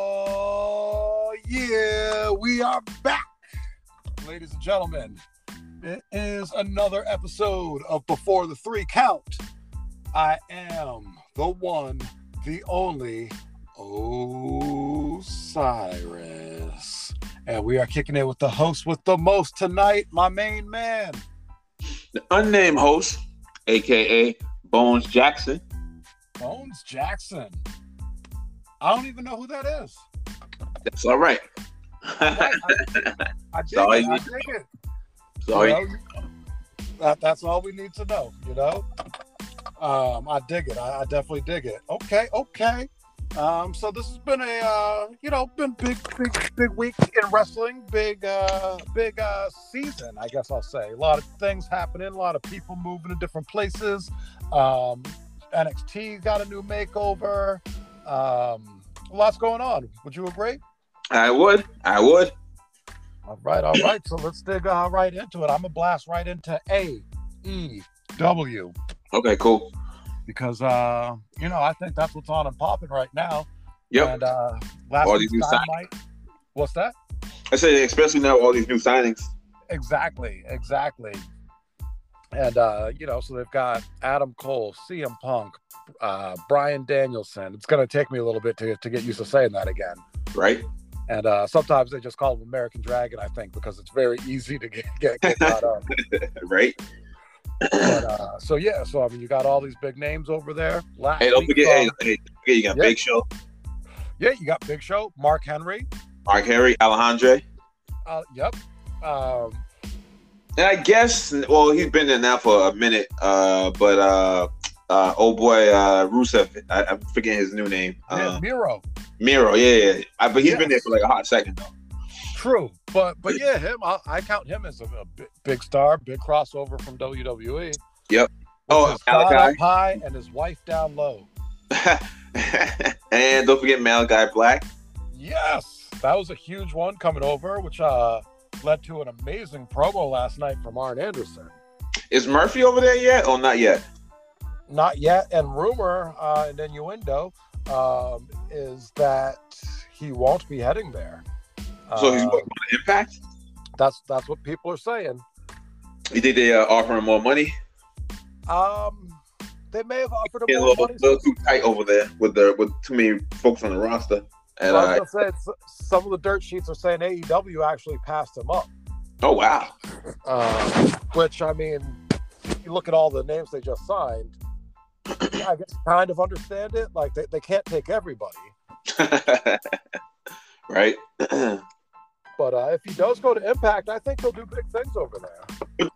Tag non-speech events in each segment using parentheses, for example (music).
Oh, yeah. We are back, ladies and gentlemen. It is another episode of Before the Three Count. I am the one, the only Osiris. And we are kicking it with the host with the most tonight, my main man. The unnamed host, aka Bones Jackson. Bones Jackson. I don't even know who that is. That's all right. (laughs) Right, I, I dig all it. you I need dig it. Sorry. You know, that, that's all we need to know, you know? Um, I dig it. I, I definitely dig it. Okay, okay. Um, so this has been a uh, you know, been big, big, big week in wrestling, big uh big uh season, I guess I'll say. A lot of things happening, a lot of people moving to different places. Um NXT got a new makeover. Um lots going on. Would you agree? I would. I would. All right, all right. So let's dig uh, right into it. I'm gonna blast right into A E W Okay, cool. because uh, you know I think that's what's on and popping right now. Yep. And uh, last All week's these new sign- Dynamite- What's that? I said, especially now with all these new signings. Exactly, exactly. And uh, you know, so they've got Adam Cole, CM Punk, uh, Brian Danielson. It's gonna take me a little bit to to get used to saying that again. Right? And uh, sometimes they just call him American Dragon, I think, because it's very easy to get get, get caught up. Right? But, uh, so yeah, so I mean, you got all these big names over there. Last Hey, don't week, forget, uh, hey, hey, don't forget you got Yeah. Big Show, yeah, you got Big Show, Mark Henry. Mark Henry, Alejandre. Uh, yep. Um, And I guess well, he's been there now for a minute, uh, but uh uh, oh boy, uh, Rusev. I, I'm forgetting his new name. yeah, Uh, Miro, Miro. Yeah, yeah. I, but he's been there Yes. for like a hot second though. (laughs) true, but but yeah, him. I, I count him as a, a bi- big star, big crossover from WWE. with Yep. Oh, his son Malachi. up high and his wife down low. and don't forget Malachi Black. Yes, that was a huge one coming over, which uh led to an amazing promo last night from Arn Anderson. Is Murphy over there yet? Oh, not yet. not yet and rumor uh, and innuendo um, is that he won't be heading there So he's Uh, working on Impact. that's that's what people are saying You think they uh, offer him more money? um, they may have offered He's him a more little, money little too tight over there with the with too many folks on the roster. I And was uh, gonna say, it's- some of the dirt sheets are saying AEW actually passed him up oh wow, (laughs) um, which I mean, you look at all the names they just signed I guess kind of understand it like they, they can't take everybody right? Talk- but uh, if he does go to Impact I think he'll do big things over there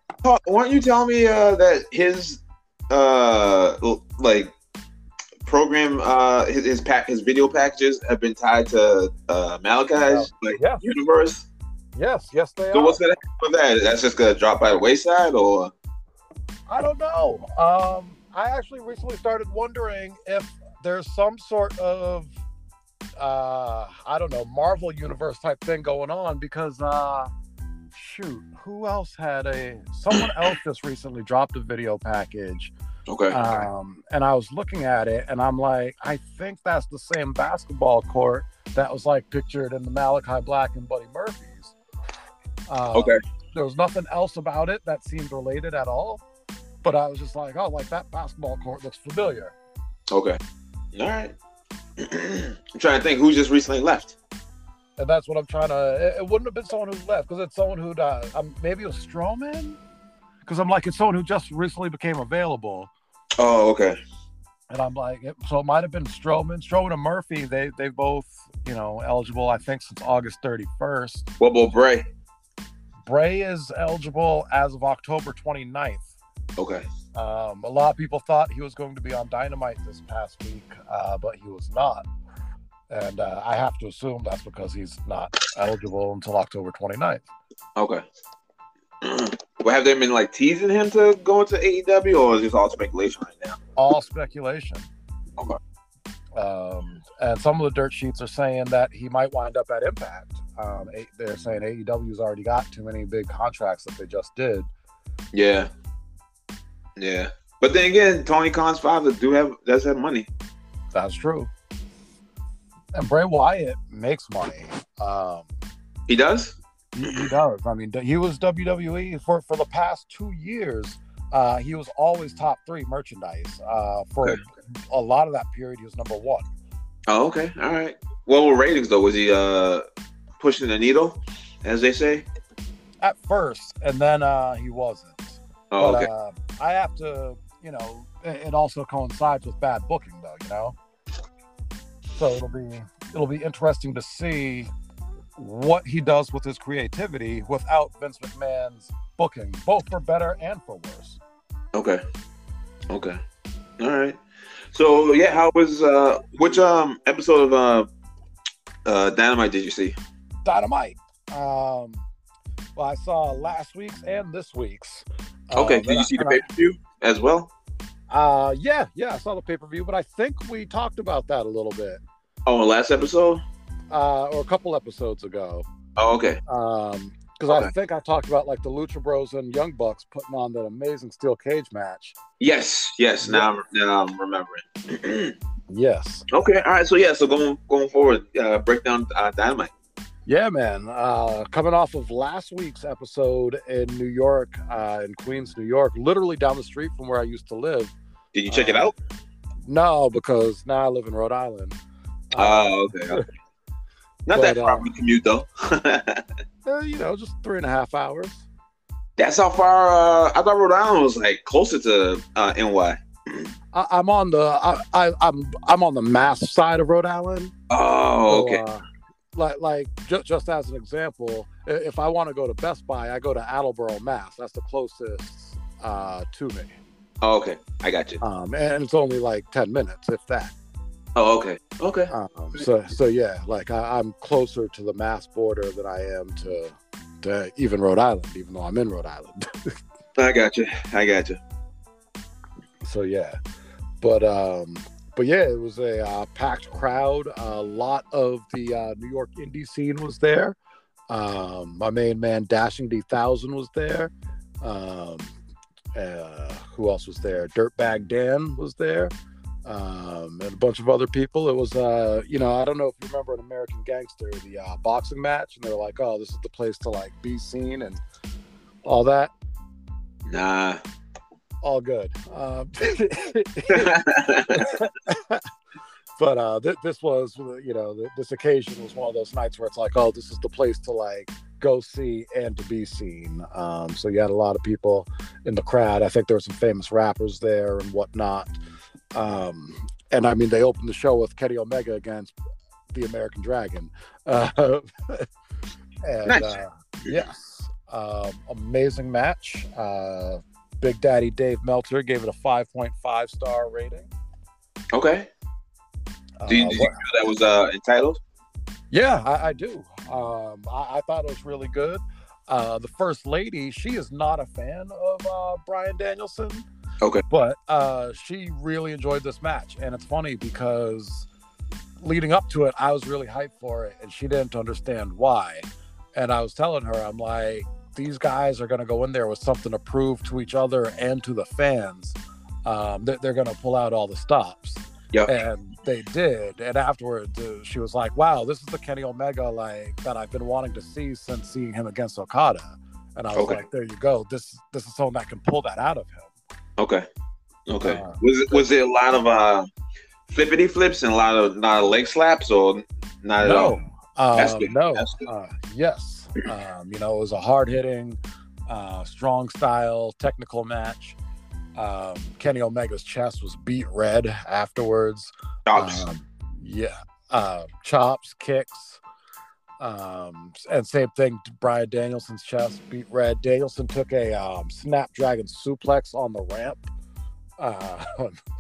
Weren't you telling me uh, that his uh l- like program uh his his, pack, his video packages have been tied to uh Malachi's like Yeah. universe? yes yes they So are what's gonna happen with that? That's just gonna drop by the wayside, or I don't know. Um, I actually recently started wondering if there's some sort of uh, I don't know Marvel universe type thing going on because uh, shoot, who else had a (clears throat) someone else just recently dropped a video package, okay, um, and I was looking at it and I'm like, I think that's the same basketball court that was like pictured in the Malachi Black and Buddy Murphy's. Uh, okay. there was nothing else about it that seemed related at all. But I was just like, oh, like that basketball court looks familiar. Okay. All right. (clears throat) I'm trying to think who just recently left. And that's what I'm trying to. It, it wouldn't have been someone who left because it's someone who died. Um, maybe it was Strowman? Because I'm like, it's someone who just recently became available. Oh, okay. And I'm like, it, so it might have been Strowman. Strowman and Murphy, they they both, you know, eligible, I think, since August 31st. What about Bray? Bray is eligible as of October 29th. Okay. Um, a lot of people thought he was going to be on Dynamite this past week, uh, but he was not. And uh, I have to assume that's because he's not eligible until October 29th. Okay. (clears throat) well, have they been like teasing him to go into AEW, or is this all speculation right now? All speculation. Okay. Um, and some of the dirt sheets are saying that he might wind up at Impact. Um, A- they're saying AEW's already got too many big contracts that they just did. Yeah. Yeah. But then again, Tony Khan's father do have does have money. That's true. and Bray Wyatt makes money. Um, He does. he, he does. I mean, he was WWE for for the past two years. Uh, he was always top three merchandise. Uh, for Okay. a lot of that period, he was number one. Oh, okay. All right. What were ratings though? Was he uh pushing the needle, as they say? at first, and then uh, he wasn't. Oh, but okay. uh, I have to, you know, it it also coincides with bad booking, though, you know. So it'll be it'll be interesting to see what he does with his creativity without Vince McMahon's booking, both for better and for worse. Okay. Okay. All right. So yeah, how was uh which um episode of uh uh Dynamite did you see? Dynamite. Um, well, I saw last week's and this week's. Okay, Um, did and I- you see the and I- pay per view as well? Uh, yeah, yeah, I saw the pay per view, but I think we talked about that a little bit, Oh, the last episode. uh, or a couple episodes ago. Oh, okay. um because I Okay. think I talked about like the Lucha Bros and Young Bucks putting on that amazing steel cage match. Yes, yes. Now I'm now I'm remembering. Yes. (clears throat) okay. All right. So yeah. So going going forward, uh, break down uh, Dynamite. Yeah, man. Uh, coming off of last week's episode in New York, uh, in Queens, New York, literally down the street from where I used to live. Did you check it Um, out? No, because now I live in Rhode Island. Oh, okay. (laughs) okay. Not but, that far of a commute though. (laughs) eh, you know, just three and a half hours. That's how far. Uh, I thought Rhode Island was like closer to uh, NY. I, I'm on the I, I, I'm I'm on the mass side of Rhode Island. Oh, So, okay. uh, like, like ju- just as an example, i- if I want to go to Best Buy, I go to Attleboro, Mass. That's the closest uh, to me, Oh, okay. I got you. um, and it's only like ten minutes, if that. Oh, okay. Okay. Um, so, so yeah, like I, I'm closer to the Mass border than I am to, to even Rhode Island, even though I'm in Rhode Island. I got you. I got you. so yeah, but um, but yeah, it was a uh, packed crowd. A lot of the uh, New York indie scene was there. Um, my main man Dashing D Thousand was there. Um, uh, who else was there? Dirtbag Dan was there, um, and a bunch of other people. It was, uh, you know, I don't know if you remember an American Gangster, the uh, boxing match, and they're like, "Oh, this is the place to like be seen and all that." Nah. All good. Um, (laughs) but uh, th- this was, you know, th- this occasion was one of those nights where it's like, oh, this is the place to like go see and to be seen. Um, so you had a lot of people in the crowd. I think there were some famous rappers there and whatnot. Um, and I mean, they opened the show with Kenny Omega against the American Dragon. (laughs) Uh, and Nice. uh, yes, um, amazing match. Uh, Big Daddy Dave Meltzer gave it a 5.5 star rating. okay. Do you- Uh, do you- what- That was uh entitled. Yeah, I, I do. Um, I, I thought it was really good. Uh, the first lady, she is not a fan of uh, Brian Danielson. Okay. But uh, she really enjoyed this match. And it's funny because leading up to it, I was really hyped for it and she didn't understand why. And I was telling her, I'm like, these guys are going to go in there with something to prove to each other and to the fans. Um, they're they're going to pull out all the stops Yep. and they did. And afterwards, uh, she was like, "Wow, this is the Kenny Omega like that I've been wanting to see since seeing him against Okada." And I was Okay. like, "There you go. This this is someone that can pull that out of him." Okay. Okay. Uh, was it, was it a lot of uh flippity flips and a lot of not leg slaps or not at all? No, That's Um, good. no, That's good. Uh, yes. Um, you know, it was a hard hitting, uh, strong style, technical match. Um, Kenny Omega's chest was beat red afterwards. Chops. Um, yeah. Uh, chops, kicks. Um, and same thing, Brian Danielson's chest beat red. Danielson took a um, Snapdragon suplex on the ramp, uh,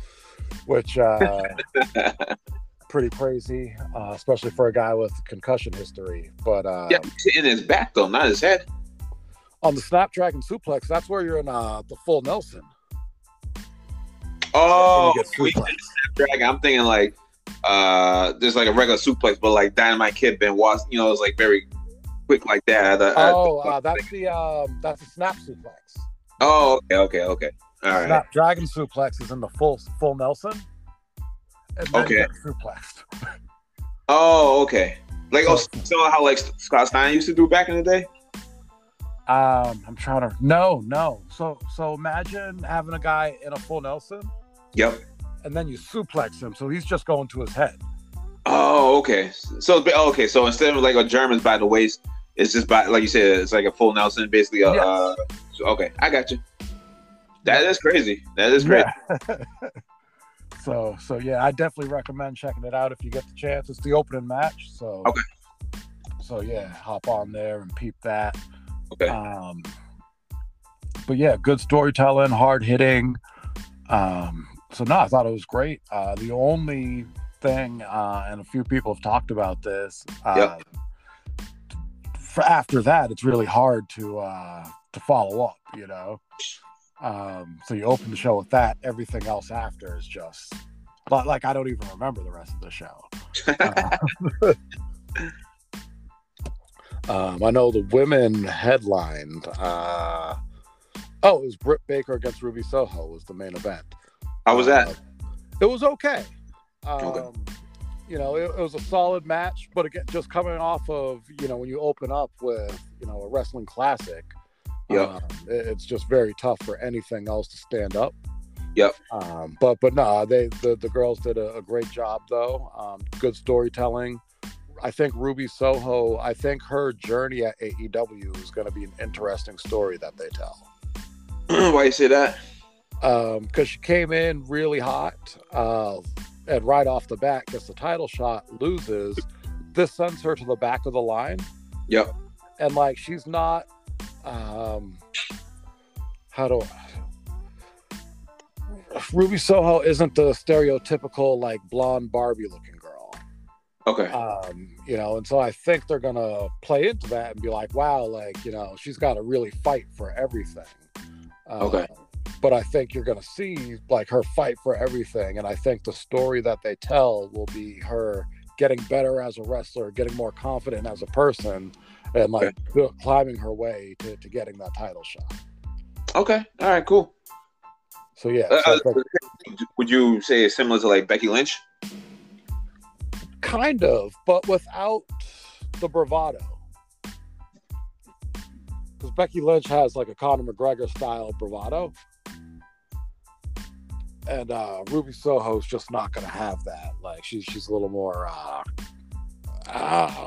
(laughs) which (laughs) uh, pretty crazy, uh, especially for a guy with concussion history. But uh, yeah, in his back though, not his head. on the Snapdragon suplex, that's where you're in uh, the full Nelson. Oh, When you get we suplexed. dragon. I'm thinking like uh just like a regular suplex, but like Dynamite Kid Ben Watts, you know, it's like very quick like that. I, I- Oh, uh, that's the um, that's the snap suplex. oh, okay, okay, okay. All right. Snapdragon suplex is in the full full Nelson, and then Okay. you get suplexed. Oh, okay. Like oh, similar how like Scott Stein used to do back in the day. Um, I'm trying to. No, no. So, so imagine having a guy in a full Nelson, Yep. and then you suplex him, so he's just going to his head. Oh, okay. So oh, okay, so instead of like a German's by the waist, it's just by like you said, it's like a full Nelson, basically. A, Yes. uh, so- okay, I got you. That is crazy. That is crazy. Yeah. (laughs) so, so yeah, I definitely recommend checking it out if you get the chance. It's the opening match, so Okay. So yeah, hop on there and peep that. Okay. Um, but yeah, good storytelling, hard hitting. Um, so no, I thought it was great. Uh, the only thing, uh, and a few people have talked about this. Uh, for after that, it's really hard to uh, to follow up. You know. Um, so you open the show with that. Everything else after is just like, like I don't even remember the rest of the show. Uh, (laughs) um, I know the women headlined. Uh, oh, it was Britt Baker against Ruby Soho was the main event. How was Uh, that? (clears throat) it was okay. Um, Okay. You know, it, it was a solid match, but again, just coming off of you know when you open up with you know a wrestling classic, Yep. um, it- it's just very tough for anything else to stand up. Yep. Um, but but nah, they the, the girls did a, a great job though. Um, good storytelling. I think Ruby Soho. I think her journey at AEW is going to be an interesting story that they tell Why you say that? because Um, she came in really hot uh, and right off the bat gets the title shot, loses. This sends her to the back of the line. Yep. And like she's not, um, how do I? Ruby Soho isn't the stereotypical like blonde Barbie looking girl. Okay. Um, you know, and so I think they're gonna play into that and be like, wow, like, you know, she's gotta really fight for everything. Uh, Okay. But I think you're gonna see like her fight for everything. And I think the story that they tell will be her getting better as a wrestler, getting more confident as a person, and like bu- climbing her way to, to getting that title shot. okay. All right. Cool. So yeah, Uh, so I uh, think would you say it's similar to like Becky Lynch? kind of, but without the bravado. Because Becky Lynch has like a Conor McGregor style bravado, and uh, Ruby Soho's just not going to have that. Like she's she's a little more uh,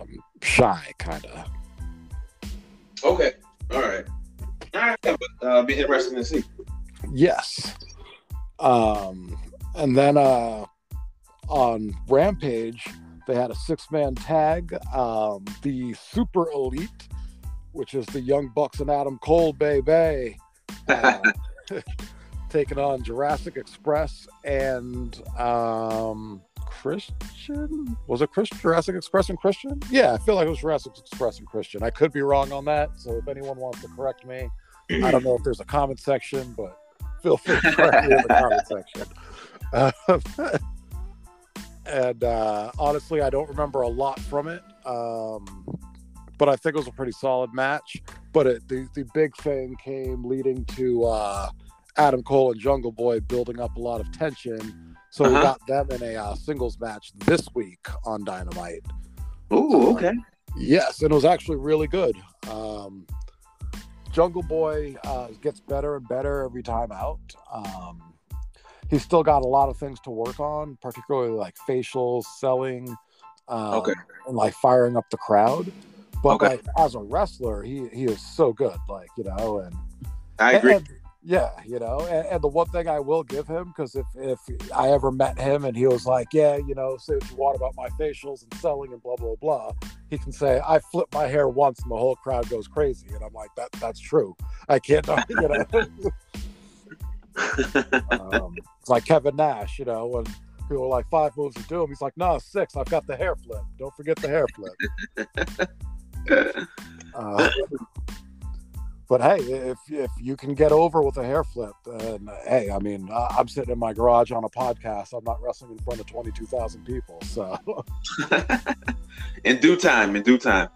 um, shy, kind of. Okay. All right. All right. Yeah, but, uh, be interesting to see. Yes. Um, and then uh, on Rampage, they had a six man tag. Um, the Super Elite, which is the Young Bucks and Adam Cole, baby, uh, (laughs) taking on Jurassic Express and um, Christian. Was it Chris, Jurassic Express and Christian? Yeah, I feel like it was Jurassic Express and Christian. I could be wrong on that. So if anyone wants to correct me, I don't know if there's a comment section, but feel free to correct me in the comment section. Uh, (laughs) and uh, honestly, I don't remember a lot from it, um, but I think it was a pretty solid match. But it, the the big thing came leading to uh, Adam Cole and Jungle Boy building up a lot of tension. So we Uh-huh. got them in a uh, singles match this week on Dynamite. Ooh. Okay. Yes, and it was actually really good. Um, Jungle Boy uh, gets better and better every time out. Um, he's still got a lot of things to work on, particularly like facial selling, um, Okay. and like firing up the crowd. But Okay. like as a wrestler, he he is so good. Like you know, and I agree. and- yeah, you know, and, and the one thing I will give him because if if I ever met him and he was like, yeah, you know, say what you want about my facials and selling and blah blah blah, he can say I flip my hair once and the whole crowd goes crazy, and I'm like, that that's true. I can't, (laughs) you know, um, it's like Kevin Nash, you know, when people are like five moves to do him, he's like, no, six. I've got the hair flip. Don't forget the hair flip. Uh, but hey, if if you can get over with a hair flip, then hey, I mean, I- I'm sitting in my garage on a podcast. I'm not wrestling in front of 22,000 people. So (laughs) in due time. In due time.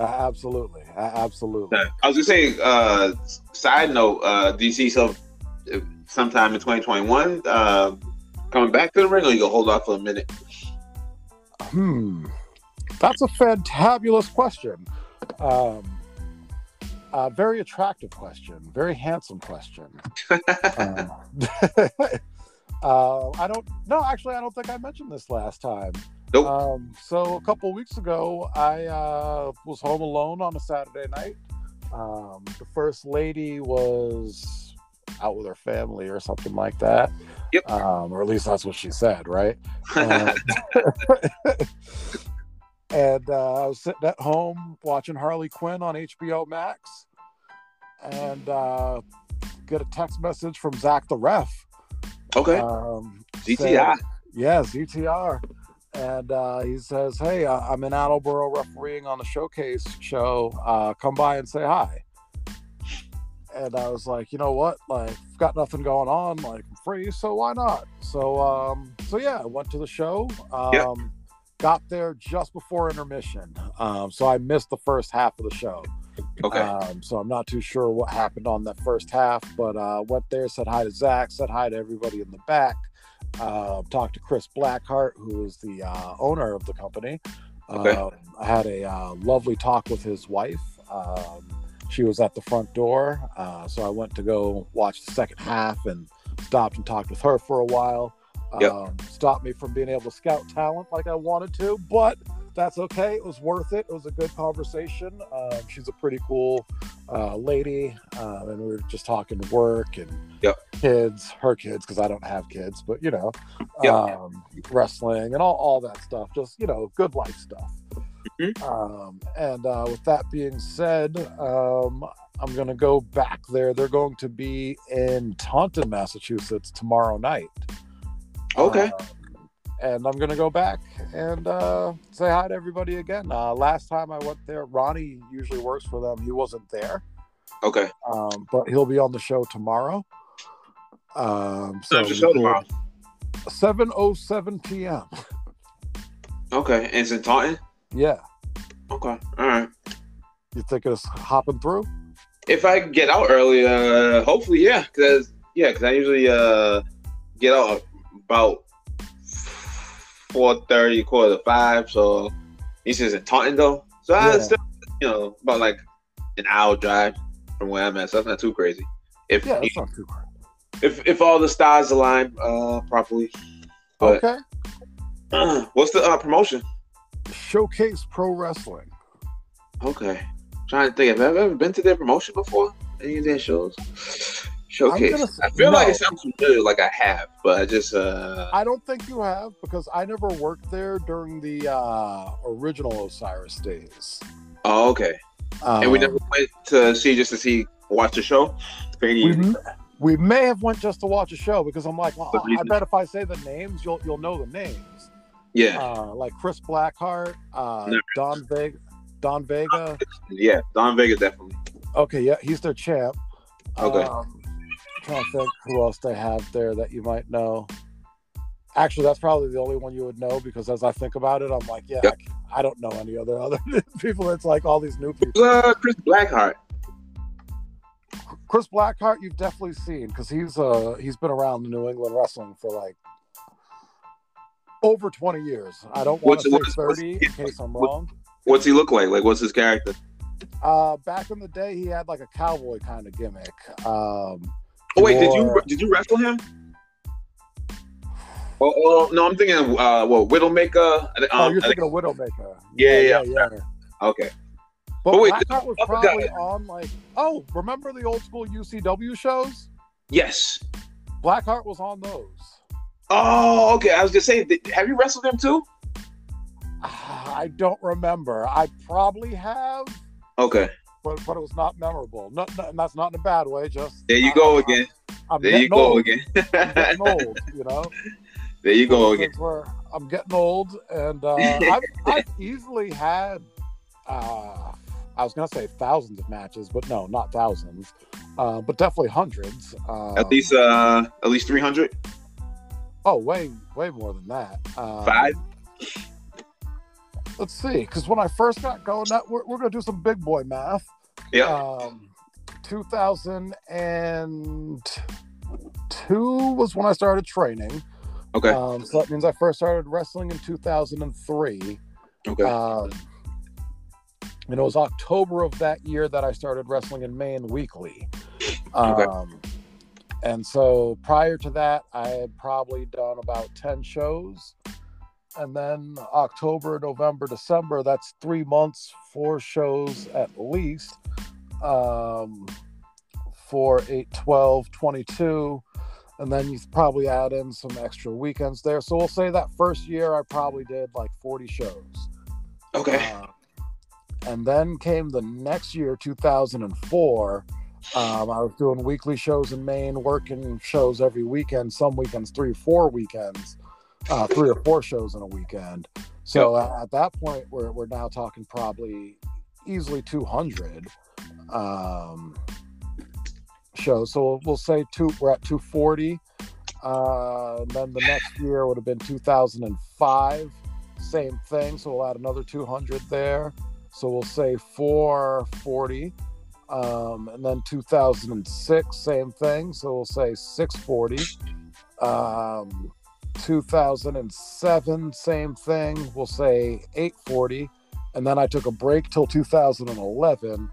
uh, absolutely, A- absolutely. I was gonna say. Uh, s- side note. Uh, do you see some sometime in 2021 uh, coming back to the ring, or you gonna hold off for a minute? Hmm. That's a fantabulous question. Um, a very attractive question. Very handsome question. Um, uh, I don't. No, actually, I don't think I mentioned this last time. Nope. Um, so a couple weeks ago, I uh, was home alone on a Saturday night. Um, the first lady was out with her family or something like that. Yep. Um, or at least that's what she said, right? (laughs) Um, (laughs) and uh, I was sitting at home watching Harley Quinn on HBO Max, and uh, get a text message from Zach the Ref. okay. Um, GTI. said- yes, ETR. And uh, he says, "Hey, I- I'm in Attleboro refereeing on the showcase show. Uh, come by and say hi." And I was like, "You know what? Like, I've got nothing going on. Like, I'm free, so why not?" So, um, so yeah, I went to the show. Um, Yeah. Got there just before intermission, um, so I missed the first half of the show. okay. Um, so I'm not too sure what happened on that first half, but uh, went there, said hi to Zach, said hi to everybody in the back, uh, talked to Chris Blackheart, who is the uh, owner of the company. Okay. Um, I had a uh, lovely talk with his wife. Um, she was at the front door, uh, so I went to go watch the second half and stopped and talked with her for a while. Yep. Um, stopped me from being able to scout talent like I wanted to, but that's okay. It was worth it. It was a good conversation. Um, she's a pretty cool uh, lady, um, and we were just talking work and Yep. kids, her kids, because I don't have kids, but you know, Yep. um, wrestling and all, all that stuff. Just you know, good life stuff. Mhm. Um, and uh, with that being said, um, I'm gonna go back there. They're going to be in Taunton, Massachusetts tomorrow night. Okay. Um, and I'm gonna go back and uh, say hi to everybody again. Uh, last time I went there, Ronnie usually works for them. He wasn't there, okay. um, but he'll be on the show tomorrow. Um, so There's a show tomorrow. 7:07 p.m. Okay. And it's in Taunton. Yeah, Okay. All right. you think it's hopping through? If I can get out early, uh, hopefully, yeah, because yeah, because I usually uh get out about four thirty, quarter to five. So this is in Taunton though, so I Yeah. still, you know, about like an hour drive from where I'm at. So that's not too crazy. If Yeah, that's not too hard. if if all the stars align uh properly. (clears throat) But okay. what's the uh, promotion? Showcase Pro Wrestling. Okay. trying to think. Have I ever been to their promotion before? Any of their shows? Showcase. I'm gonna say- I feel like no. it sounds familiar, like I have, but I just uh I don't think you have because I never worked there during the uh, original Osiris days. oh okay. Um, and we never went to see just to see watch the show. Pretty we, easy. m- we may have went just to watch a show because I'm like, well, The I reason- bet if I say the names, you'll you'll know the names. Yeah. Uh, like Chris Blackheart, uh, Never. Don Vega, Don Vega. yeah. Don Vega definitely. Okay, yeah, he's their champ. Okay. Um, trying to think who else they have there that you might know. Actually, that's probably the only one you would know because as I think about it, I'm like, yeah, Yep. I don't know any other (laughs) other people. It's like all these new people. Uh, Chris Blackheart. Chris Blackheart, you've definitely seen because he's uh he's been around New England wrestling for like over 20 years. I don't want What's- to say what's- what's- 30 in case I'm what- wrong. What's he look like? Like what's his character? Uh, back in the day, he had like a cowboy kind of gimmick. Um, Oh wait, did you Or- did you wrestle him? Oh, oh no, I'm thinking of uh, what Widowmaker. Um, oh, you're I think- thinking of Widowmaker. Yeah, yeah, yeah. yeah. okay, But Oh, wait, Blackout was other probably on like oh, remember the old school UCW shows? yes. Blackheart was on those. Oh, okay. I was just saying, did, have you wrestled him too? Ah, I don't remember. I probably have, Okay, but but it was not memorable. No, no, and that's not in a bad way. Just there you I- go I- again. I'm There you getting go old. again. (laughs) I'm getting old, you know. There you go again. Things where I'm getting old, and (laughs) uh, I've, I've easily had, uh, I was gonna say thousands of matches, but no, not thousands, uh, but definitely hundreds. Um, At least, uh, at least three hundred. Oh, way, way more than that. Um, Five? Let's see, because when I first got going, that we're, we're gonna do some big boy math. Yeah. Um, 2002 was when I started training. Okay. Um, so that means I first started wrestling in 2003. Okay. Um, and it was October of that year that I started wrestling in Maine weekly. Um, Okay. And so prior to that, I had probably done about 10 shows. And then October, November, December, that's three months, four shows at least. Um, 4, 8, 12, 22. And then you probably add in some extra weekends there. So we'll say that first year, I probably did like 40 shows. okay. Uh, and then came the next year, 2004. Um, I was doing weekly shows in Maine, working shows every weekend, some weekends, three, four weekends, uh, three or four shows in a weekend. So a- at that point, we're, we're now talking probably easily 200 um, shows. So we'll, we'll say two, we're at 240. Uh, and then the next year would have been 2005 same thing so we'll add another 200 there so we'll say 440 um, and then 2006 same thing so we'll say 640 um, 2007 same thing we'll say 840 and then i took a break till 2011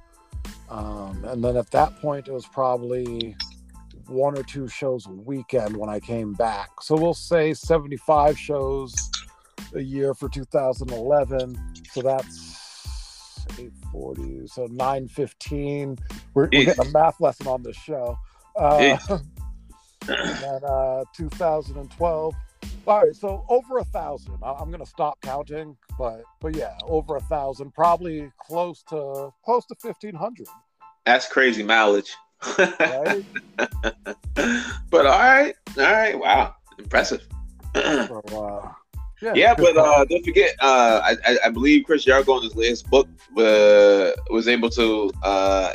um, and then at that point it was probably one or two shows a weekend when i came back so we'll say 75 shows a year for 2011. So that's 840. So 915. We're, we're Jeez. getting a math lesson on this show. Uh, Jeez. (laughs) and then uh, 2012. All right, so over a thousand. I- I'm gonna stop counting, but but yeah, over a thousand, probably close to close to 1500. That's crazy mileage. (laughs) Right? but all right, all right, wow, impressive. yeah, so, uh, yeah, but uh, don't forget, uh, I, I, I believe Chris Yargo in his latest book uh, was able to, uh,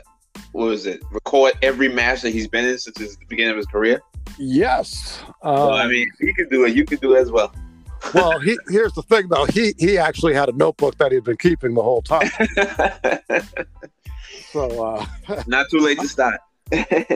what was it, record every match that he's been in since his, the beginning of his career. yes. Um, so, I mean, he could do it. You could do it as well. (laughs) well, he, here's the thing though. He he actually had a notebook that he'd been keeping the whole time. So (laughs) uh, Not too late to start.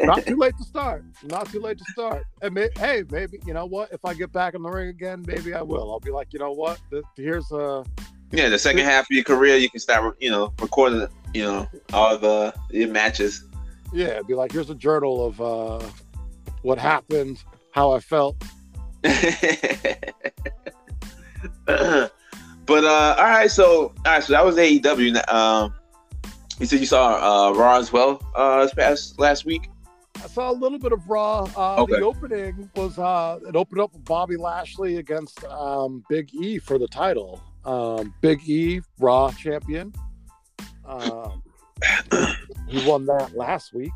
not too late to start. Not too late to start. And may, hey, maybe you know what? If I get back in the ring again, maybe I will. I'll be like, you know what? Th- here's a yeah, the second half of your career, you can start, you know, recording, you know, all the your matches. (laughs) yeah. it'd Be like, here's a journal of uh, what happened, how I felt. but uh, all right, so all right, so that was AEW. Now, Um, you said you saw uh, Raw as well uh, this past last week. I saw a little bit of Raw. Uh, Okay. The opening was uh, it opened up with Bobby Lashley against um, Big E for the title. Um, Big E, Raw champion. Um, he won that last week.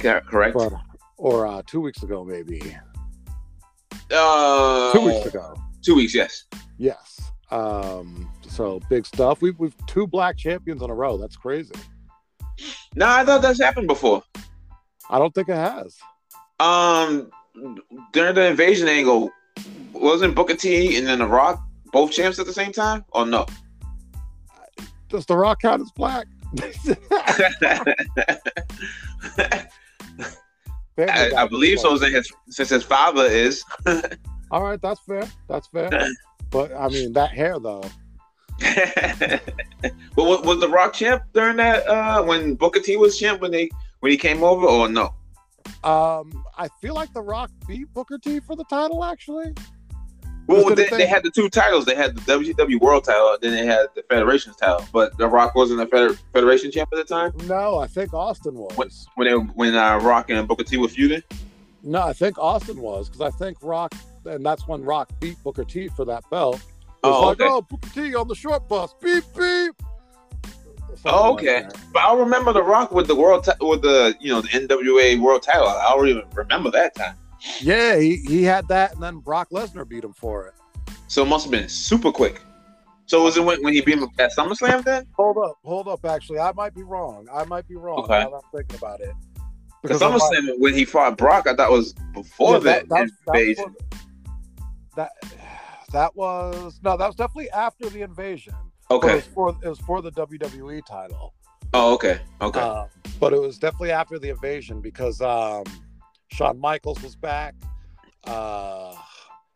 Cor- Correct. but or uh, two weeks ago maybe Uh, two weeks ago Two weeks. Yes. yes um so big stuff we've, we've two black champions in a row that's crazy No, I thought that's happened before. i don't think it has Um, during the invasion angle, wasn't Booker T and then The Rock both champs at the same time? Or no? (laughs) does the rock count as black (laughs) Fair I, I enough. believe so. Since his, since his father is. (laughs) all right that's fair that's fair but i mean that hair though but was, was the Rock champ during that uh, when Booker T was champ when they when he came over or no? um i feel like the rock beat booker t for the title actually That's Well, what they, I'm they saying. had the two titles. They had the WCW World title, and then they had the Federation's title. But the Rock wasn't a Feder- Federation champ at the time no i think austin was What? when they, when uh, Rock and Booker T were feuding. no i think austin was because i think rock and that's when rock beat booker t for that belt It's Oh, like, okay. oh, Booker T on the short bus. Beep beep. Something Oh, okay. that. But I remember the Rock with the world ti- with the you know the NWA World title. I don't even remember that time. Yeah, he, he had that, and then Brock Lesnar beat him for it. So it must have been super quick. So was it when, when he beat him at SummerSlam then? Hold up, hold up. Actually, I might be wrong. I might be wrong. Okay. Now that I'm thinking about it. Because I'm like, SummerSlam when he fought Brock, I thought was before yeah, that, that, invasion. was- that that was no, that was definitely after the invasion. But It Okay. was for it was for the WWE title. Oh, okay. Okay. Um, but it was definitely after the invasion because um, Shawn Michaels was back. Uh,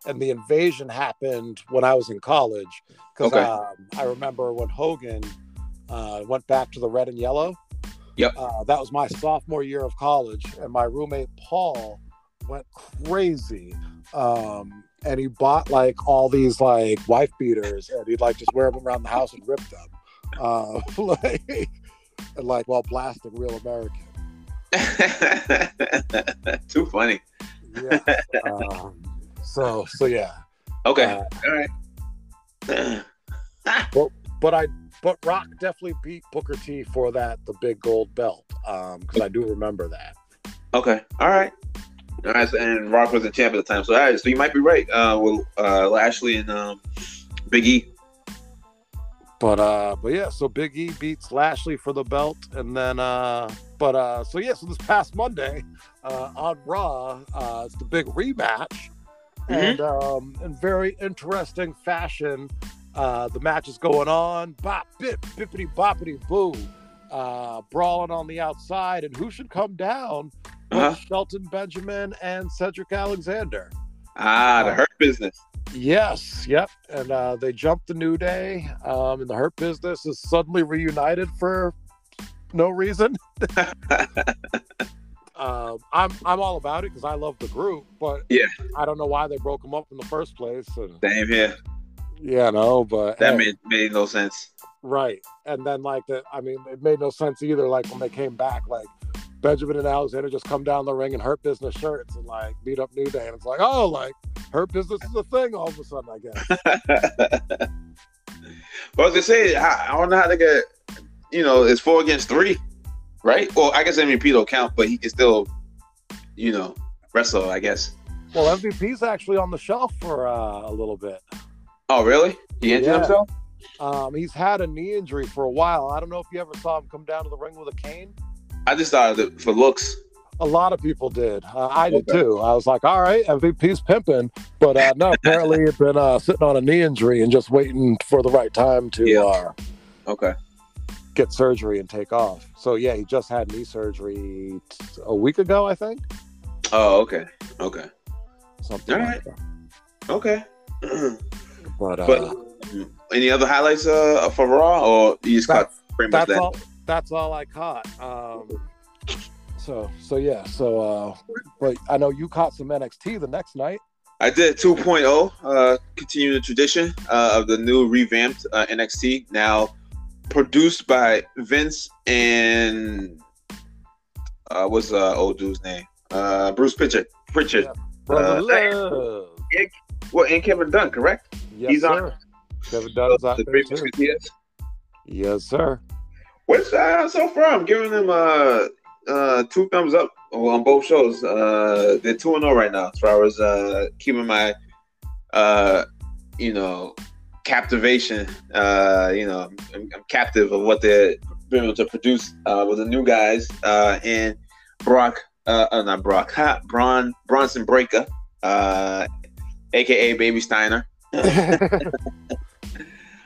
and the invasion happened when I was in college because Okay. um, I remember when Hogan uh, went back to the red and yellow. Yep. Uh, that was my sophomore year of college, and my roommate Paul went crazy. Um, and he bought like all these like wife beaters, and he'd like just wear them around the house and rip them, uh, (laughs) like, and, like while blasting real American. Uh. (laughs) Too funny. (laughs) Yeah. um, so so yeah. Okay. Uh, All right. (sighs) but I but Rock definitely beat Booker T for that the big gold belt um because I do remember that. Okay. All right. All right. So, and Rock was the champ at the time. So, all right. So you might be right. Uh, well, uh, Lashley and um, Big E. But uh but yeah, so Big E beats Lashley for the belt and then uh but uh so yeah, so this past Monday uh on Raw, uh it's the big rematch. And um in very interesting fashion, uh the match is going on. Bop bip bippity boppity boo. Uh brawling on the outside and who should come down? but Uh-huh. Shelton Benjamin and Cedric Alexander. Ah, Oh. the Hurt Business. Yes, yep. And uh, they jumped the New Day, um, and the Hurt Business is suddenly reunited for no (laughs) reason. (laughs) um, I'm I'm all about it because I love the group, but Yeah. I don't know why they broke them up in the first place. And, Damn here. yeah, no, but That hey, made made no sense. right. And then like the, I mean, it made no sense either. Like when they came back, like. Benjamin and Alexander just come down the ring in Hurt Business shirts and like beat up New Day, and it's like, oh, like Hurt Business is a thing all of a sudden, I guess. But I was gonna say, I, I don't know how they get. You know, it's four against three, right? Well, I guess MVP don't count, but he can still, you know, wrestle. I guess. Well, MVP's actually on the shelf for uh, a little bit. Oh, really? He injured Yeah. himself. Um, he's had a knee injury for a while. I don't know if you ever saw him come down to the ring with a cane. I just thought that for looks. A lot of people did. Uh, I did Okay. too. I was like, all right, MVP's pimping. But uh, no, apparently he'd been uh, sitting on a knee injury and just waiting for the right time to Yeah. uh, Okay. get surgery and take off. So yeah, he just had knee surgery t- a week ago, I think. Oh, okay. Okay. Something All like that. Okay. (clears throat) But, uh, But mm, any other highlights uh, for Raw, or you just caught pretty much that's that? all that's all i caught um so so yeah so uh but i know you caught some nxt the next night I did 2.0, uh, continuing the tradition uh, of the new revamped uh, NXT, now produced by Vince and uh, what's uh, old dude's name? Uh, Bruce Pritchard. Pritchard. Brother Uh, Love. Well, and Kevin Dunn, correct? yes he's on- sir kevin dunn is out the there Three too. Musketeers. yes sir Which uh, so far I'm giving them uh, uh, two thumbs up on both shows. Uh, they're two and zero right now as far as uh, keeping my uh, you know captivation. Uh, you know I'm, I'm captive of what they're being able to produce uh, with the new guys uh, and Brock. Uh, uh, not Brock. Ha, Bron Bronson Breaker, uh, aka Baby Steiner.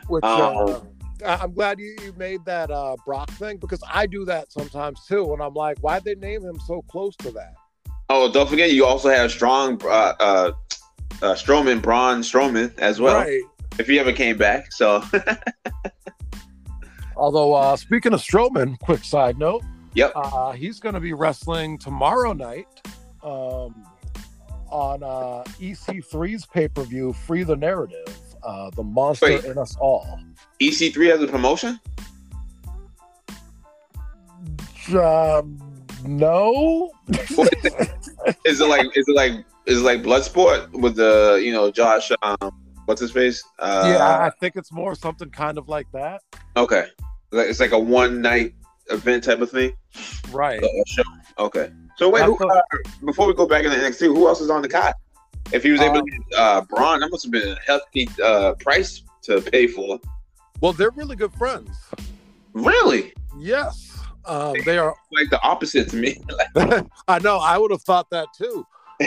which uh, Um, I- i'm glad you, you made that uh brock thing because i do that sometimes too and i'm like why'd they name him so close to that Oh, don't forget you also have strong uh, uh, uh, Strowman, Braun Strowman as well. right If he ever came back, so (laughs) although uh speaking of strowman (laughs) quick side note yep. Uh, he's going to be wrestling tomorrow night um, on uh, EC3's pay per view, Free the Narrative, uh, The Monster Wait. in Us All. EC3 E has a promotion. (laughs) Um, no? What is, it? is it like is it like is it like Bloodsport with the you know Josh? Um, what's his face? yeah, Uh, I think it's more something kind of like that. yeah. Okay. Like, It's like a one night event type of thing. Right. Uh, show. Okay. So wait, who, uh, before we go back into NXT, who else is on the card? If he was Um, able to get uh, Braun, that must have been a hefty uh, price to pay for. Well, they're really good friends. Really? Yes. Um, they are. Like the opposite to me. (laughs) I know. I would have thought that too.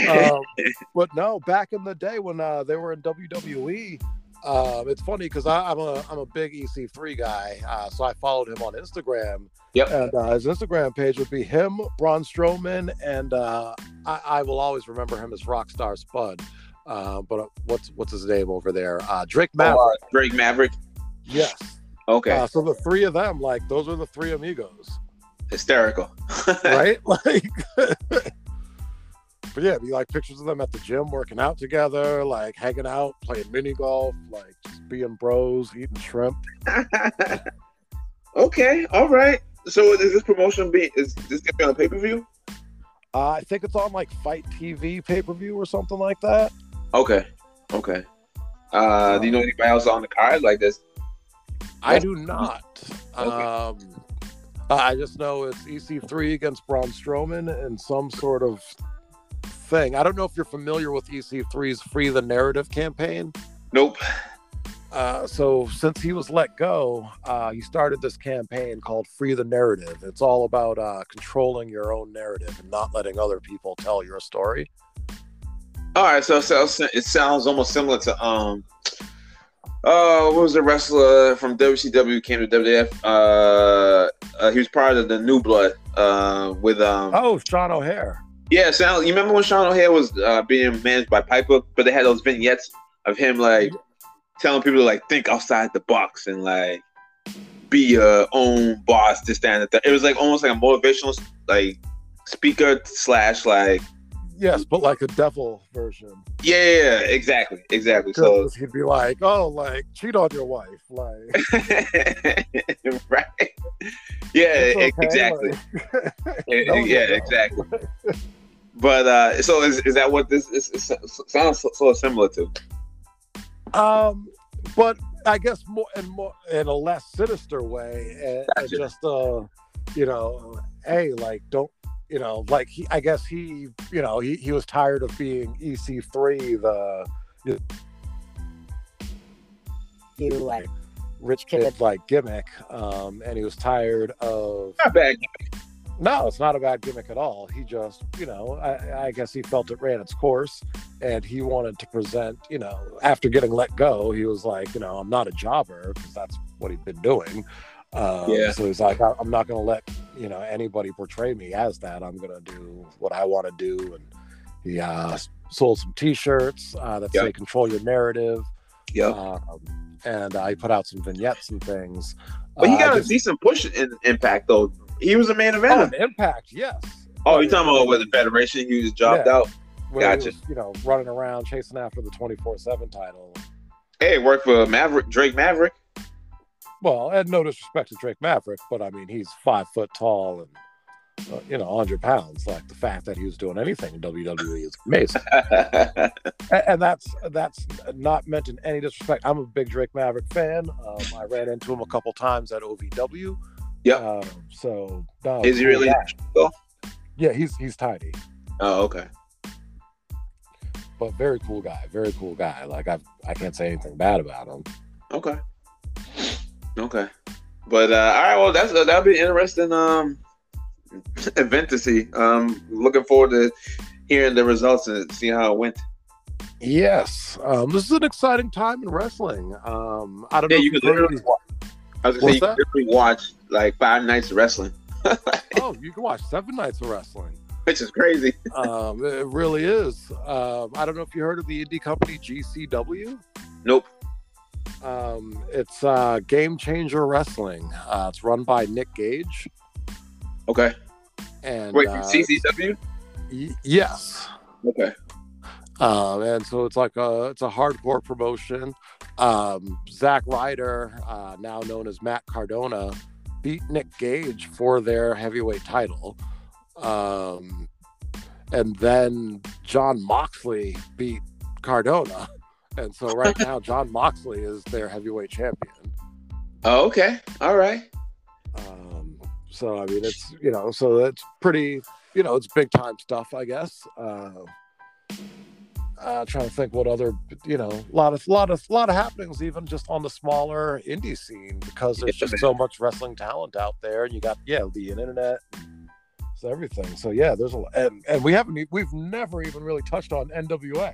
um, but no, back in the day when uh, they were in WWE, um, it's funny because I'm a I'm a big EC3 guy, uh, so I followed him on Instagram. Yep. And uh, his Instagram page would be him, Braun Strowman, and uh, I, I will always remember him as Rockstar Spud. Uh, but what's what's his name over there? Uh, Drake Maverick. Oh, uh, Drake Maverick. Yes. Okay. Uh, so the three of them, like those are the three amigos, Hysterical. right? like, but yeah, be like pictures of them at the gym working out together, like hanging out, playing mini golf, like just being bros, eating shrimp. (laughs) okay. All right. So is this promotion be is this gonna be on a pay per view? Uh, I think it's on like Fight TV pay per view or something like that. Okay. Okay. Uh, do you know anybody else on the card like this? I do not. Um, I just know it's EC3 against Braun Strowman and some sort of thing. I don't know if you're familiar with EC3's Free the Narrative campaign. Nope. Uh, so since he was let go, uh, he started this campaign called Free the Narrative. It's all about uh, controlling your own narrative and not letting other people tell your story. All right. So, so it sounds almost similar to um. Oh, what was the wrestler from WCW came to WWF? Uh, uh, he was part of the New Blood uh, with um. Oh, Sean O'Hare. Yeah, Sal, you remember when Sean O'Hare was uh, being managed by Piper, but they had those vignettes of him like telling people to like think outside the box and like be your own boss, this, that, and that. It was like almost like a motivational like speaker slash like Yes, but like a devil version. yeah, yeah, yeah, exactly, exactly. So 'Cause he'd be like, "Oh, like cheat on your wife." Like, (laughs) right, yeah, "It's e- okay," exactly, (laughs) like, E- No, yeah, no, no. exactly. But uh, so is, is that what this is, is, sounds so, so similar to? um, but I guess more and more in a less sinister way, and, and Gotcha. just uh, you know, hey, like don't you know, like he, I guess he, you know, he, he was tired of being EC3, the You like rich kid like gimmick, um, and he was tired of Not bad. No, it's not a bad gimmick at all. He just, you know, I, I guess he felt it ran its course and he wanted to present, you know, after getting let go, he was like, you know, I'm not a jobber because that's what he'd been doing. Um, Yeah. So he's like, I- I'm not going to let, you know, anybody portray me as that. I'm going to do what I want to do. And he uh, s- sold some t shirts uh, that say Yep. control your narrative. Yep. Um, and I put out some vignettes and things. But he Uh, I got a just- decent push in Impact though. He was a man of Oh, an man. impact, yes. Oh, you're talking about with the Federation? He was jobbed Yeah. out. where he Gotcha. was, you know, running around chasing after the 24/7 title. Hey, worked for Maverick, Drake Maverick. (laughs) Well, and no disrespect to Drake Maverick, but I mean, he's five foot tall and uh, you know, 100 pounds. Like the fact that he was doing anything in WWE is (laughs) amazing. and, and that's that's not meant in any disrespect. I'm a big Drake Maverick fan. Um, I ran into him a couple times at OVW. Yep. Um, so no, Is he cool really? guy. Yeah, he's he's tiny, Oh, okay. but very cool guy. Very cool guy. Like I I can't say anything bad about him. Okay. Okay. But uh, all right, well, that's uh, that'll be an interesting um, (laughs) event to see. Um, looking forward to hearing the results and seeing how it went. Yes, um, this is an exciting time in wrestling. Um, I don't Yeah, know. you if you've could heard literally of watch. I What's was gonna say you could that? literally watch like five nights of wrestling, these- oh, you can watch seven nights of wrestling. which is crazy. (laughs) Um, it really is. Um, I don't know if you heard of the indie company GCW. Nope. Um, it's uh, Game Changer Wrestling. Uh, it's run by Nick Gage. Okay. And Wait, uh, from CCW. y- yes, Okay. Um, and so it's like a it's a hardcore promotion. Um, Zack Ryder, uh, now known as Matt Cardona, beat Nick Gage for their heavyweight title. Um, and then John Moxley beat Cardona, and so right now John Moxley is their heavyweight champion. Oh, okay. All right. Um, so I mean, it's you know, so that's pretty, you know, it's big time stuff, I guess. Uh, uh, trying to think what other, you know, a lot of, lot of, lot of happenings even just on the smaller indie scene because there's Yeah, just so much wrestling talent out there, and you got yeah the internet, it's everything. So yeah, there's a lot, and, and we haven't, e- we've never even really touched on NWA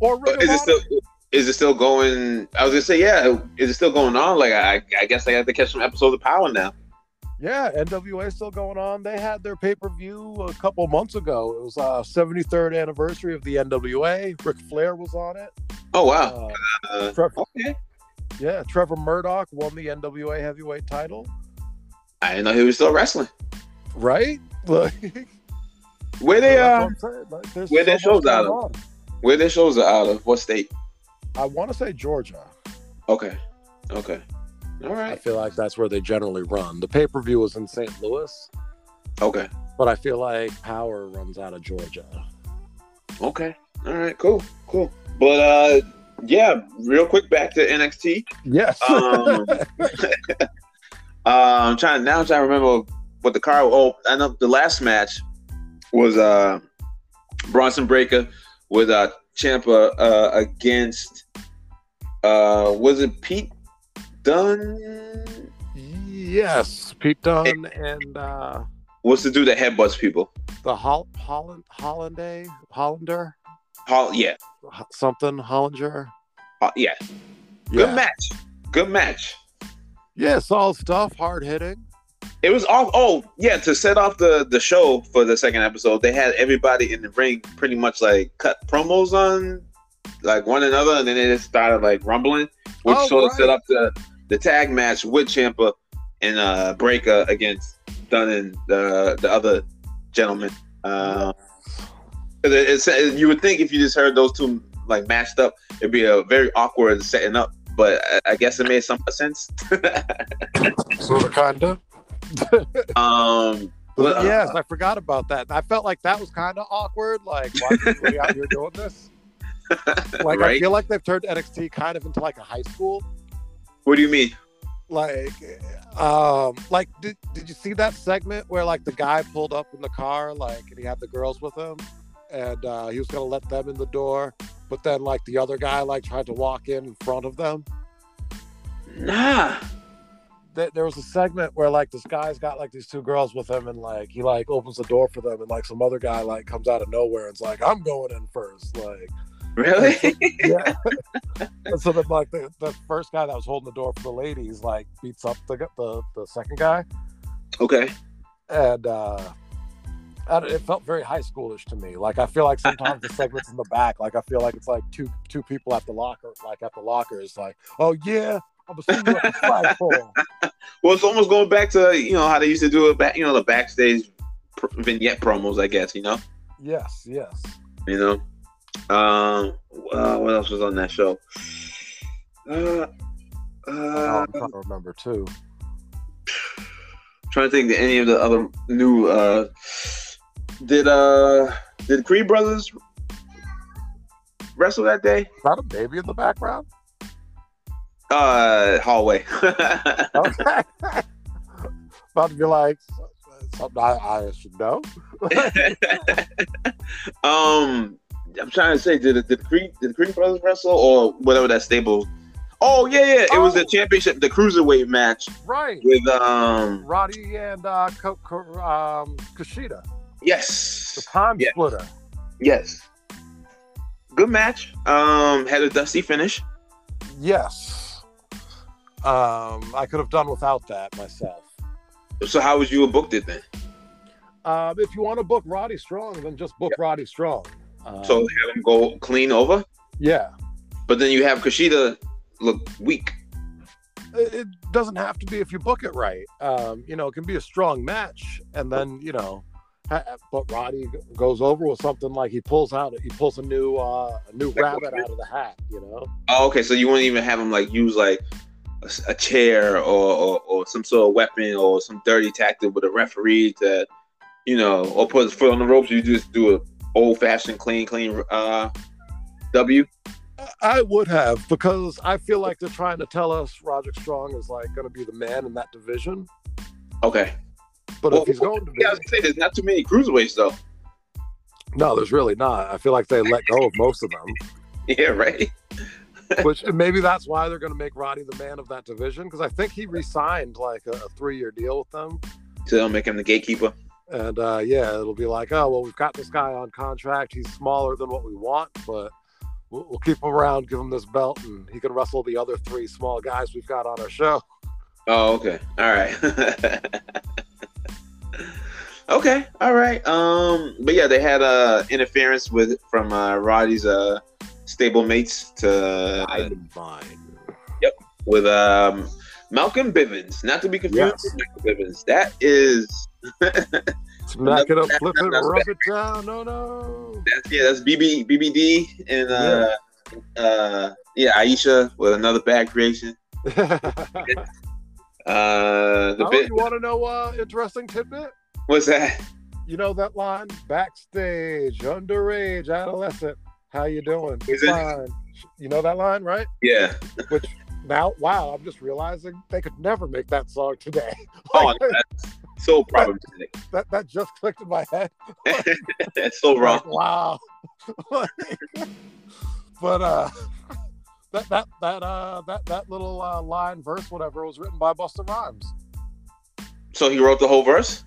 or Ring of But is it Honor. still is it still going? I was gonna say yeah. Is it still going on? Like I I guess I have to catch some episodes of Power now. Yeah, NWA still going on. They had their pay per view a couple months ago. It was uh 73rd anniversary of the NWA. Ric Flair was on it. Oh wow. Uh, Uh, Trevor, okay. yeah, Trevor Murdoch won the NWA heavyweight title. I didn't know he was still wrestling. Right? (laughs) Like, Where they that's what uh I'm saying. Like, there's where their so much shows out going on. where their shows are out of? What state? I want to say Georgia. Okay. Okay. All I right. feel like that's where they generally run. The pay per view was in St. Louis, Okay. but I feel like Power runs out of Georgia. Okay. All right. Cool. Cool. But uh yeah, real quick back to NXT. Yes. Um, (laughs) I'm trying now. I'm trying to remember what the car. Oh, I know the last match was uh, Bronson Breaker with uh, Champa uh, against uh, was it Pete Dunn? (laughs) yes. Pete Dunne and uh, What's the dude that headbutts people? the Hol- Holland Hollanday Hollander Hall, yeah, Ho- something Hollinger. Hall- yeah. Good match. Good match. Yeah, solid stuff. Hard hitting. It was all. Oh yeah, to set off the the show for the second episode, they had everybody in the ring pretty much like cut promos on like one another, and then they just started like rumbling, which Oh, sort of right. set up the the tag match with Champa and uh Breaker against Dunn and the the other gentleman. Uh, it, it's, you would think if you just heard those two like matched up, it'd be a very awkward setting up. But I, I guess it made some sense. Sort of, kinda. um, but, uh, yes, I forgot about that. I felt like that was kind of awkward. Like, why are we out here doing (laughs) this? Like, I Right. feel like they've turned NXT kind of into like a high school. What do you mean? like um like did, did you see that segment where like the guy pulled up in the car like and he had the girls with him and uh he was gonna let them in the door but then like the other guy like tried to walk in in front of them Nah. Th- there was a segment where like this guy's got like these two girls with him and like he like opens the door for them and like some other guy like comes out of nowhere and's like i'm going in first like Really? yeah (laughs) and so then like the, the first guy that was holding the door for the ladies like beats up the the, the second guy okay. and uh, I don't- it felt very high schoolish to me. Like I feel like sometimes the segments in the back, like I feel like it's like two two people at the locker, like at the lockers, like oh yeah, I'm gonna see you at the flagpole. Well, it's almost going back to you know how they used to do it back. You know the backstage pr- vignette promos, I guess. You know. yes, yes. You know. Um. Uh, what else was on that show? Uh. Oh, Uh, I'm trying to remember too. trying to think of any of the other new. Uh, did uh did Creed Brothers wrestle that day? Is that a baby in the background? Uh, hallway. (laughs) Okay. (laughs) About to be like something I, I should know. Um, I'm trying to say, did did Creed did Creed Brothers wrestle or whatever that stable? Oh yeah, yeah, it was the Oh. championship, the cruiserweight match Right. with um, Roddy and uh, Co- Co- um, Kushida, the yes, time Yeah. splitter. yes, good match. Um, had a dusty finish. Yes. Um, I could have done without that myself. So how would you have booked it then? Um, if you want to book Roddy Strong, then just book Roddy Strong. Um, So have him go clean over, yeah, but then you have Kushida look weak. it, it doesn't have to be if you book it right. Um, you know, it can be a strong match, and then you know, ha- but Roddy g- goes over with something like he pulls out, he pulls a new uh, a new Like what rabbit it is. out of the hat. You know, Oh, okay, so you wouldn't even have him like use like a, s- a chair or, or or some sort of weapon or some dirty tactic with a referee to, you know, or put his foot on the ropes. You just do a old fashioned clean clean uh W. I- I would have because I feel like they're trying to tell us Roger Strong is like going to be the man in that division. Okay. But Well, if he's going to be, Yeah, I was gonna say there's not too many cruiserweights though. no, there's really not. I feel like they let go of most of them. (laughs) Yeah, right. Which and maybe that's why they're going to make Roddy the man of that division because I think he re-signed like a, a three-year deal with them, So they'll make him the gatekeeper. and uh, yeah, it'll be like, oh well, we've got this guy on contract. He's smaller than what we want, but we'll, we'll keep him around, give him this belt, and he can wrestle the other three small guys we've got on our show. Oh, okay. All right. (laughs) okay. All right. Um, but yeah, they had uh interference with from uh, Roddy's uh stable mates to I'm fine. with um Malcolm Bivens, not to be confused Yes. with Malcolm Bivens. That is Smack it up, That's- flip it, that's- rub it down. No, no. that's yeah, that's BB BBD and uh uh yeah, Aisha with another bad creation. (laughs) Uh the Oh, bit you want to know uh, interesting tidbit? what's that? You know that line? Backstage, underage, adolescent. How you doing? Is it- Fine. You know that line, right? Yeah. Now, wow, I'm just realizing they could never make that song today. (laughs) Oh Like, (laughs) that's so problematic. (laughs) that, that just clicked in my head. that's so (laughs) wrong. Like, wow. (laughs) Like, (laughs) but uh, that that that uh that that little uh, line verse whatever was written by Busta Rhymes. So he wrote the whole verse?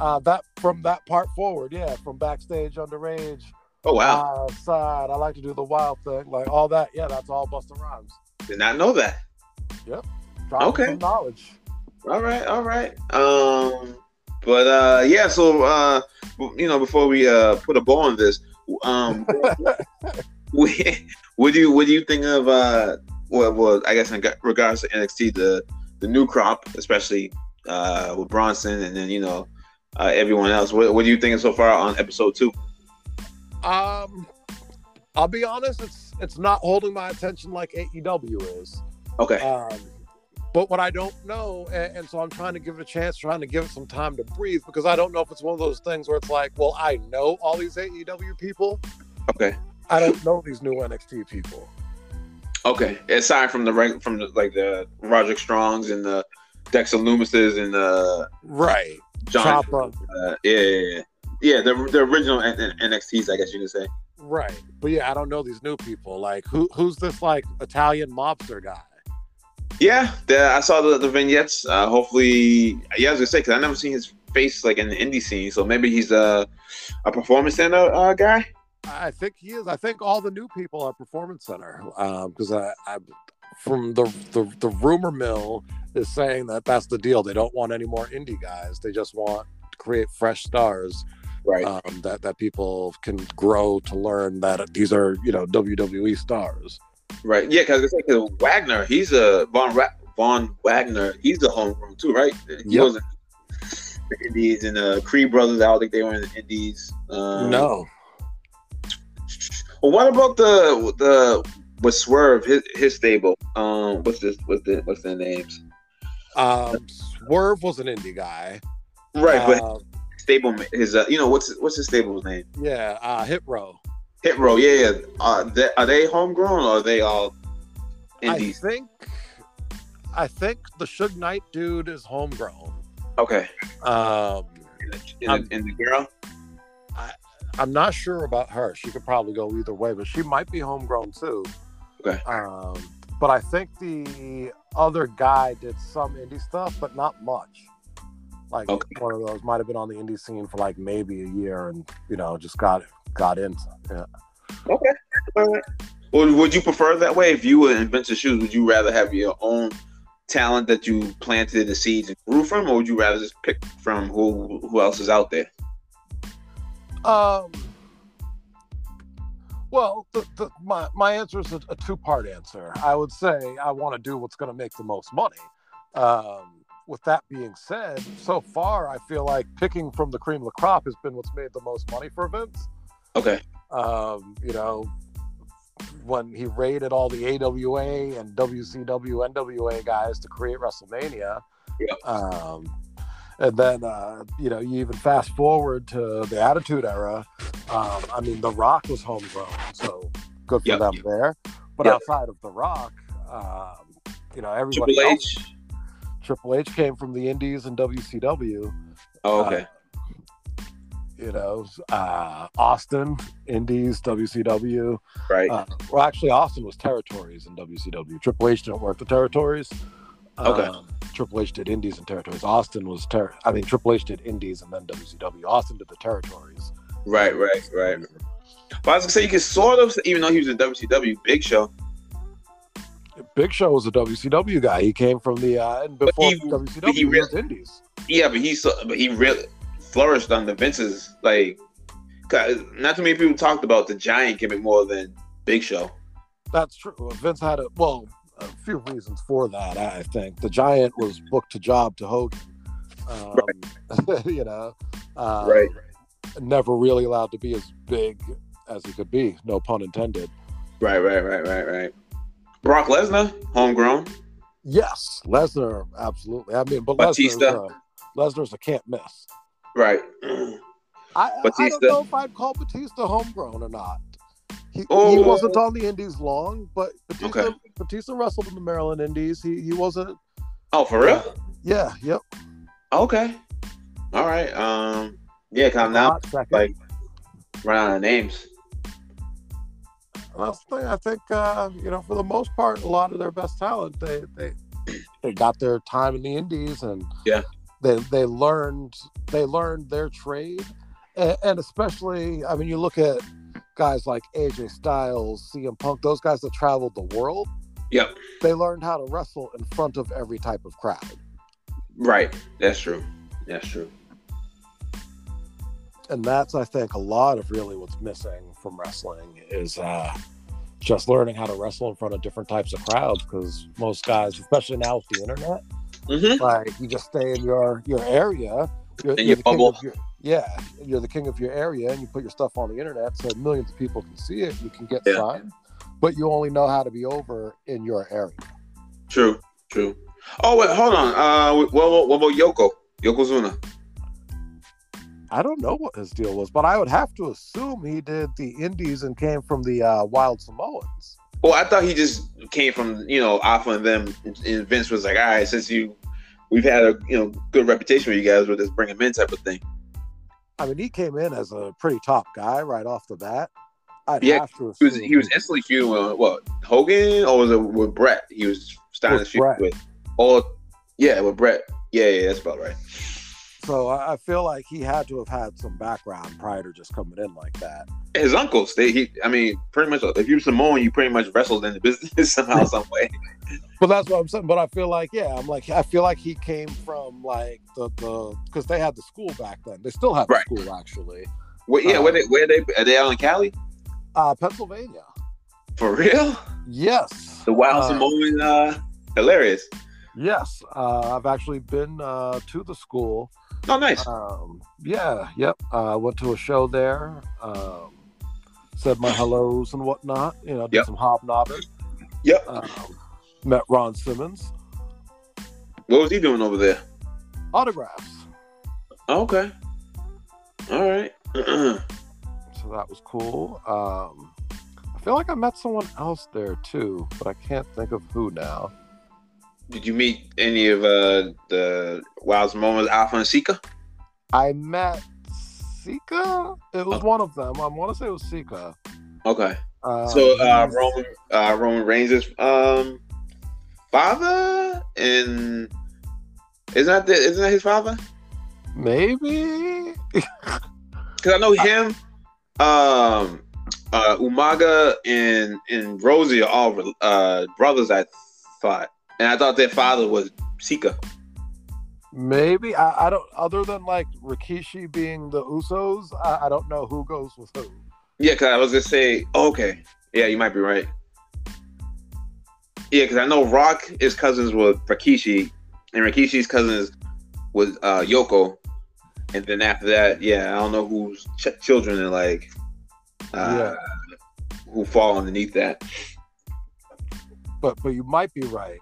Uh, that from that part forward, yeah, from backstage underage Oh wow. uh, side. I like to do the wild thing, like all that. Yeah, that's all Busta Rhymes. Did not know that. Dropping Okay. some knowledge. All right, all right. Um, but uh, yeah. So uh, you know, before we uh put a ball on this, um, (laughs) we, what do you what do you think of uh, well, well, I guess in regards to NXT, the the new crop, especially uh with Bronson, and then you know uh, everyone else. What, what do you think so far on episode two? Um, I'll be honest, it's it's not holding my attention like AEW is. Okay, Um, but what I don't know, and, and so I'm trying to give it a chance, trying to give it some time to breathe because I don't know if it's one of those things where it's like, well, I know all these AEW people. okay, I don't know these new NXT people. okay. Aside from the reg- from the, like the Roderick Strongs and the Dexter Loomises and the Right. John. Ciampa. Uh, yeah, yeah, yeah. Yeah, the, the original N- N- NXTs, I guess you could say. Right. But yeah, I don't know these new people. Like who who's this like Italian mobster guy? Yeah, the, I saw the, the vignettes. Uh, hopefully, yeah, I was gonna say because I never seen his face like in the indie scene, so maybe he's a a performance center uh, guy. I I think he is. I think all the new people are Performance Center because I, I, from the, the the rumor mill is saying that that's the deal. They don't want any more indie guys. They just want to create fresh stars Right. um, that that people can grow to learn that these are you know WWE stars. right. Yeah, because it's like 'cause Wagner. He's a Von Ra- Von Wagner. He's a homegrown too, right? He Yep. wasn't the Indies and the Cree brothers. I don't think they were in the Indies. Um, no, Well, what about the the with Swerve his his stable? Um, what's this? What's the what's their names? um, Swerve was an indie guy, Right, but Uh, stable his uh, you know what's what's his stable's name? yeah, uh, Hit Row. Hit Row. Yeah, yeah. Uh, they, are they homegrown or are they all I indies? think I think the Suge Knight dude is homegrown. okay, Um, and the, Um, and, the, and the girl. I'm not sure about her. She could probably go either way, but she might be homegrown too. Okay. Um, but I think the other guy did some indie stuff, but not much. Like Okay. one of those might have been on the indie scene for like maybe a year, and you know just got got into. Yeah. Okay. All right. Would would you prefer that way? If you were inventor shoes, would you rather have your own talent that you planted the seeds and grew from, or would you rather just pick from who who else is out there? Um. Well, the, the, my my answer is a, a two part answer. I would say I want to do what's going to make the most money. Um, with that being said, so far I feel like picking from the cream of the crop has been what's made the most money for Vince. Okay. Um, you know, when he raided all the AWA and WCW NWA guys to create WrestleMania. Yeah. Um, and then uh, you know you even fast forward to the Attitude Era. Um, I mean, The Rock was homegrown, so good for Yeah. them there. But Yeah. outside of The Rock, um, you know everybody Triple else- H. Triple H came from the Indies and WCW. Oh, okay. Uh, You know, uh, Austin, Indies, WCW. right. uh, Well, actually, Austin was territories in WCW. Triple H didn't work the territories. Okay. Um, Triple H did indies and territories. Austin was ter- I mean, Triple H did indies and then WCW. Austin did the territories. right. Right. Right. But I was gonna say you can sort of, even though he was in WCW, Big Show. Big Show was a WCW guy. He came from the uh, and before he- WCW, he he was really- Indies. Yeah, but he saw, but he really flourished under Vince's like. 'cause Not too many people talked about the Giant gimmick more than Big Show. That's true. Vince had a well, a few reasons for that. I think the Giant was booked to job to Hogan. Um, (laughs) you know, um, Never really allowed to be as big as he could be. No pun intended. Right, right, right, right, right. Brock Lesnar, homegrown. Yes, Lesnar, absolutely. I mean, but Batista. Lesnar's a, Lesnar's a can't miss. Right. I, I don't Batista. know if I'd call Batista homegrown or not. He, he Oh. wasn't on the Indies long, but Batista, Okay. Batista wrestled in the Maryland Indies. He he wasn't. Oh, for real? Yeah, yep. Okay. All right. Um. Yeah, come now. Hot second. Like, run out of names. And that's the thing. I think uh, you know, for the most part, a lot of their best talent they they (clears throat) they got their time in the Indies and Yeah. they they learned they learned their trade, and, and especially I mean, you look at guys like AJ Styles, CM Punk, those guys that traveled the world. Yep. They learned how to wrestle in front of every type of crowd, Right. That's true. That's true. and that's I think a lot of really what's missing from wrestling is. uh just learning how to wrestle in front of different types of crowds because most guys, especially now with the internet, (laughs) Mm-hmm. like you just stay in your your area you're, you're In your the king bubble. of your- yeah you're the king of your area and you put your stuff on the internet so millions of people can see it you can get Yeah. signed but you only know how to be over in your area True. True. Oh wait, hold on. Uh, what, what, what about Yoko? Yokozuna. i don't know what his deal was but i would have to assume he did the indies and came from the uh, wild samoans Well, I thought he just came from you know Alpha and them, and Vince was like, all right, since you, we've had a you know good reputation with you guys, we'll just bring him in type of thing. i mean he came in as a pretty top guy right off the bat i'd Yeah, have to He assume was he was instantly feuding with what Hogan or was it with Brett? He was starting With to feud Brett. with. Or yeah, with Brett. Yeah, yeah, that's about right. so I, I feel like he had to have had some background prior to just coming in like that His uncles. They he. I mean, pretty much. If you're Samoan, you pretty much wrestled in the (laughs) business (laughs) somehow, some way. But that's what I'm saying. But I feel like, yeah, I'm like, I feel like he came from like the the because they had the school back then. They still have Right. the school actually. Well, yeah, Uh, where they where they are they out in Cali Uh, Pennsylvania. for real? Yes. The Wild Uh, Samoan. Uh, hilarious. Yes. Uh, I've actually been uh, to the school. Oh, nice. Um, yeah. Yep. Uh, went to a show there. Um, said my hellos and whatnot. You know, did Yep. some hobnobbing. Yep. Um, met Ron Simmons. What was he doing over there? Oh, Autographs. Okay. All right. (clears throat) so that was cool. Um, I feel like I met someone else there too, but I can't think of who now. Did you meet any of uh, the Wild Samoans, Alpha and Sika? I met Sika. It Oh. was one of them. I want to say it was Sika. Okay. Uh, so uh, he's- Roman uh, Roman Reigns is um, father, and isn't that the, isn't that his father? maybe Because I know him, um, uh, Umaga and and Rosie are all re- uh, brothers. I thought, and I thought their father was Sika. maybe I, I don't. Other than like Rikishi being the Usos, I, I don't know who goes with who. Yeah, because I was gonna say, oh, okay, yeah, you might be right. Yeah, because I know Rock is cousins with Rikishi, and Rikishi's cousins with uh, Yoko, and then after that, yeah, I don't know whose ch- children are like, uh, who fall underneath that. (laughs) But but you might be right.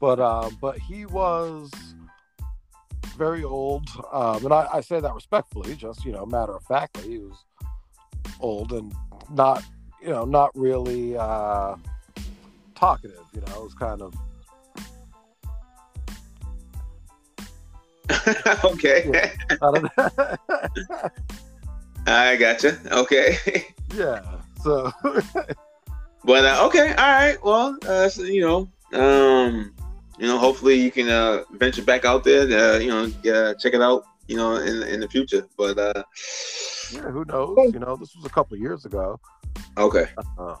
But uh, but he was very old, um, and I, I say that respectfully, just you know, matter of factly, he was old and not you know not really uh, talkative. You know, it was kind of okay, I don't (laughs) know. I gotcha. Okay, (laughs) yeah. So but uh, okay, all right. Well, uh, so, you know, um, you know, hopefully you can uh, venture back out there. Uh, you know, yeah, check it out. You know, in in the future, but. uh yeah, who knows? You know, this was a couple of years ago. Okay. Um,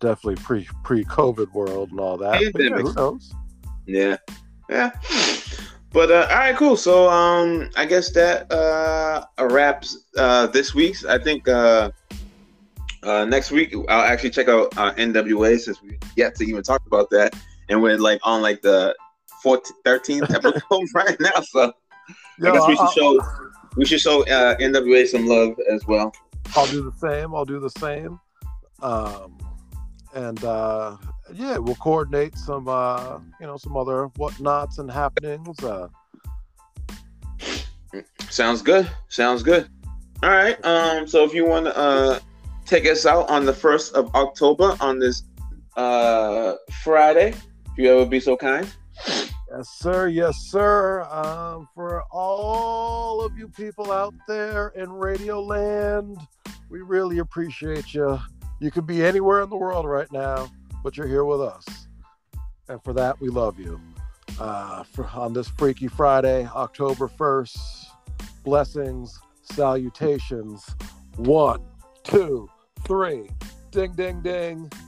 definitely pre pre COVID world and all that. Yeah, But yeah, that makes who knows? Yeah. Yeah. But uh, all right, cool. So um, I guess that uh, wraps uh, this week's. I think uh, uh, next week I'll actually check out uh, NWA since we yet to even talk about that, and we're like on like the 14th, 13th episode (laughs) right now. So I guess we should I'll, show we should show uh, NWA some love as well. I'll do the same. I'll do the same. Um, and uh, yeah, we'll coordinate some uh, you know some other whatnots and happenings. Uh, Sounds good. Sounds good. All right. Um. So if you want to uh, take us out on the first of October on this uh Friday, if you ever be so kind. Yes, sir. Yes, sir. Um, for all of you people out there in Radio Land, we really appreciate you. You could be anywhere in the world right now, but you're here with us. And for that, we love you. Uh, for, on this Freaky Friday, October 1st, blessings, salutations. One, two, three. Ding, ding, ding.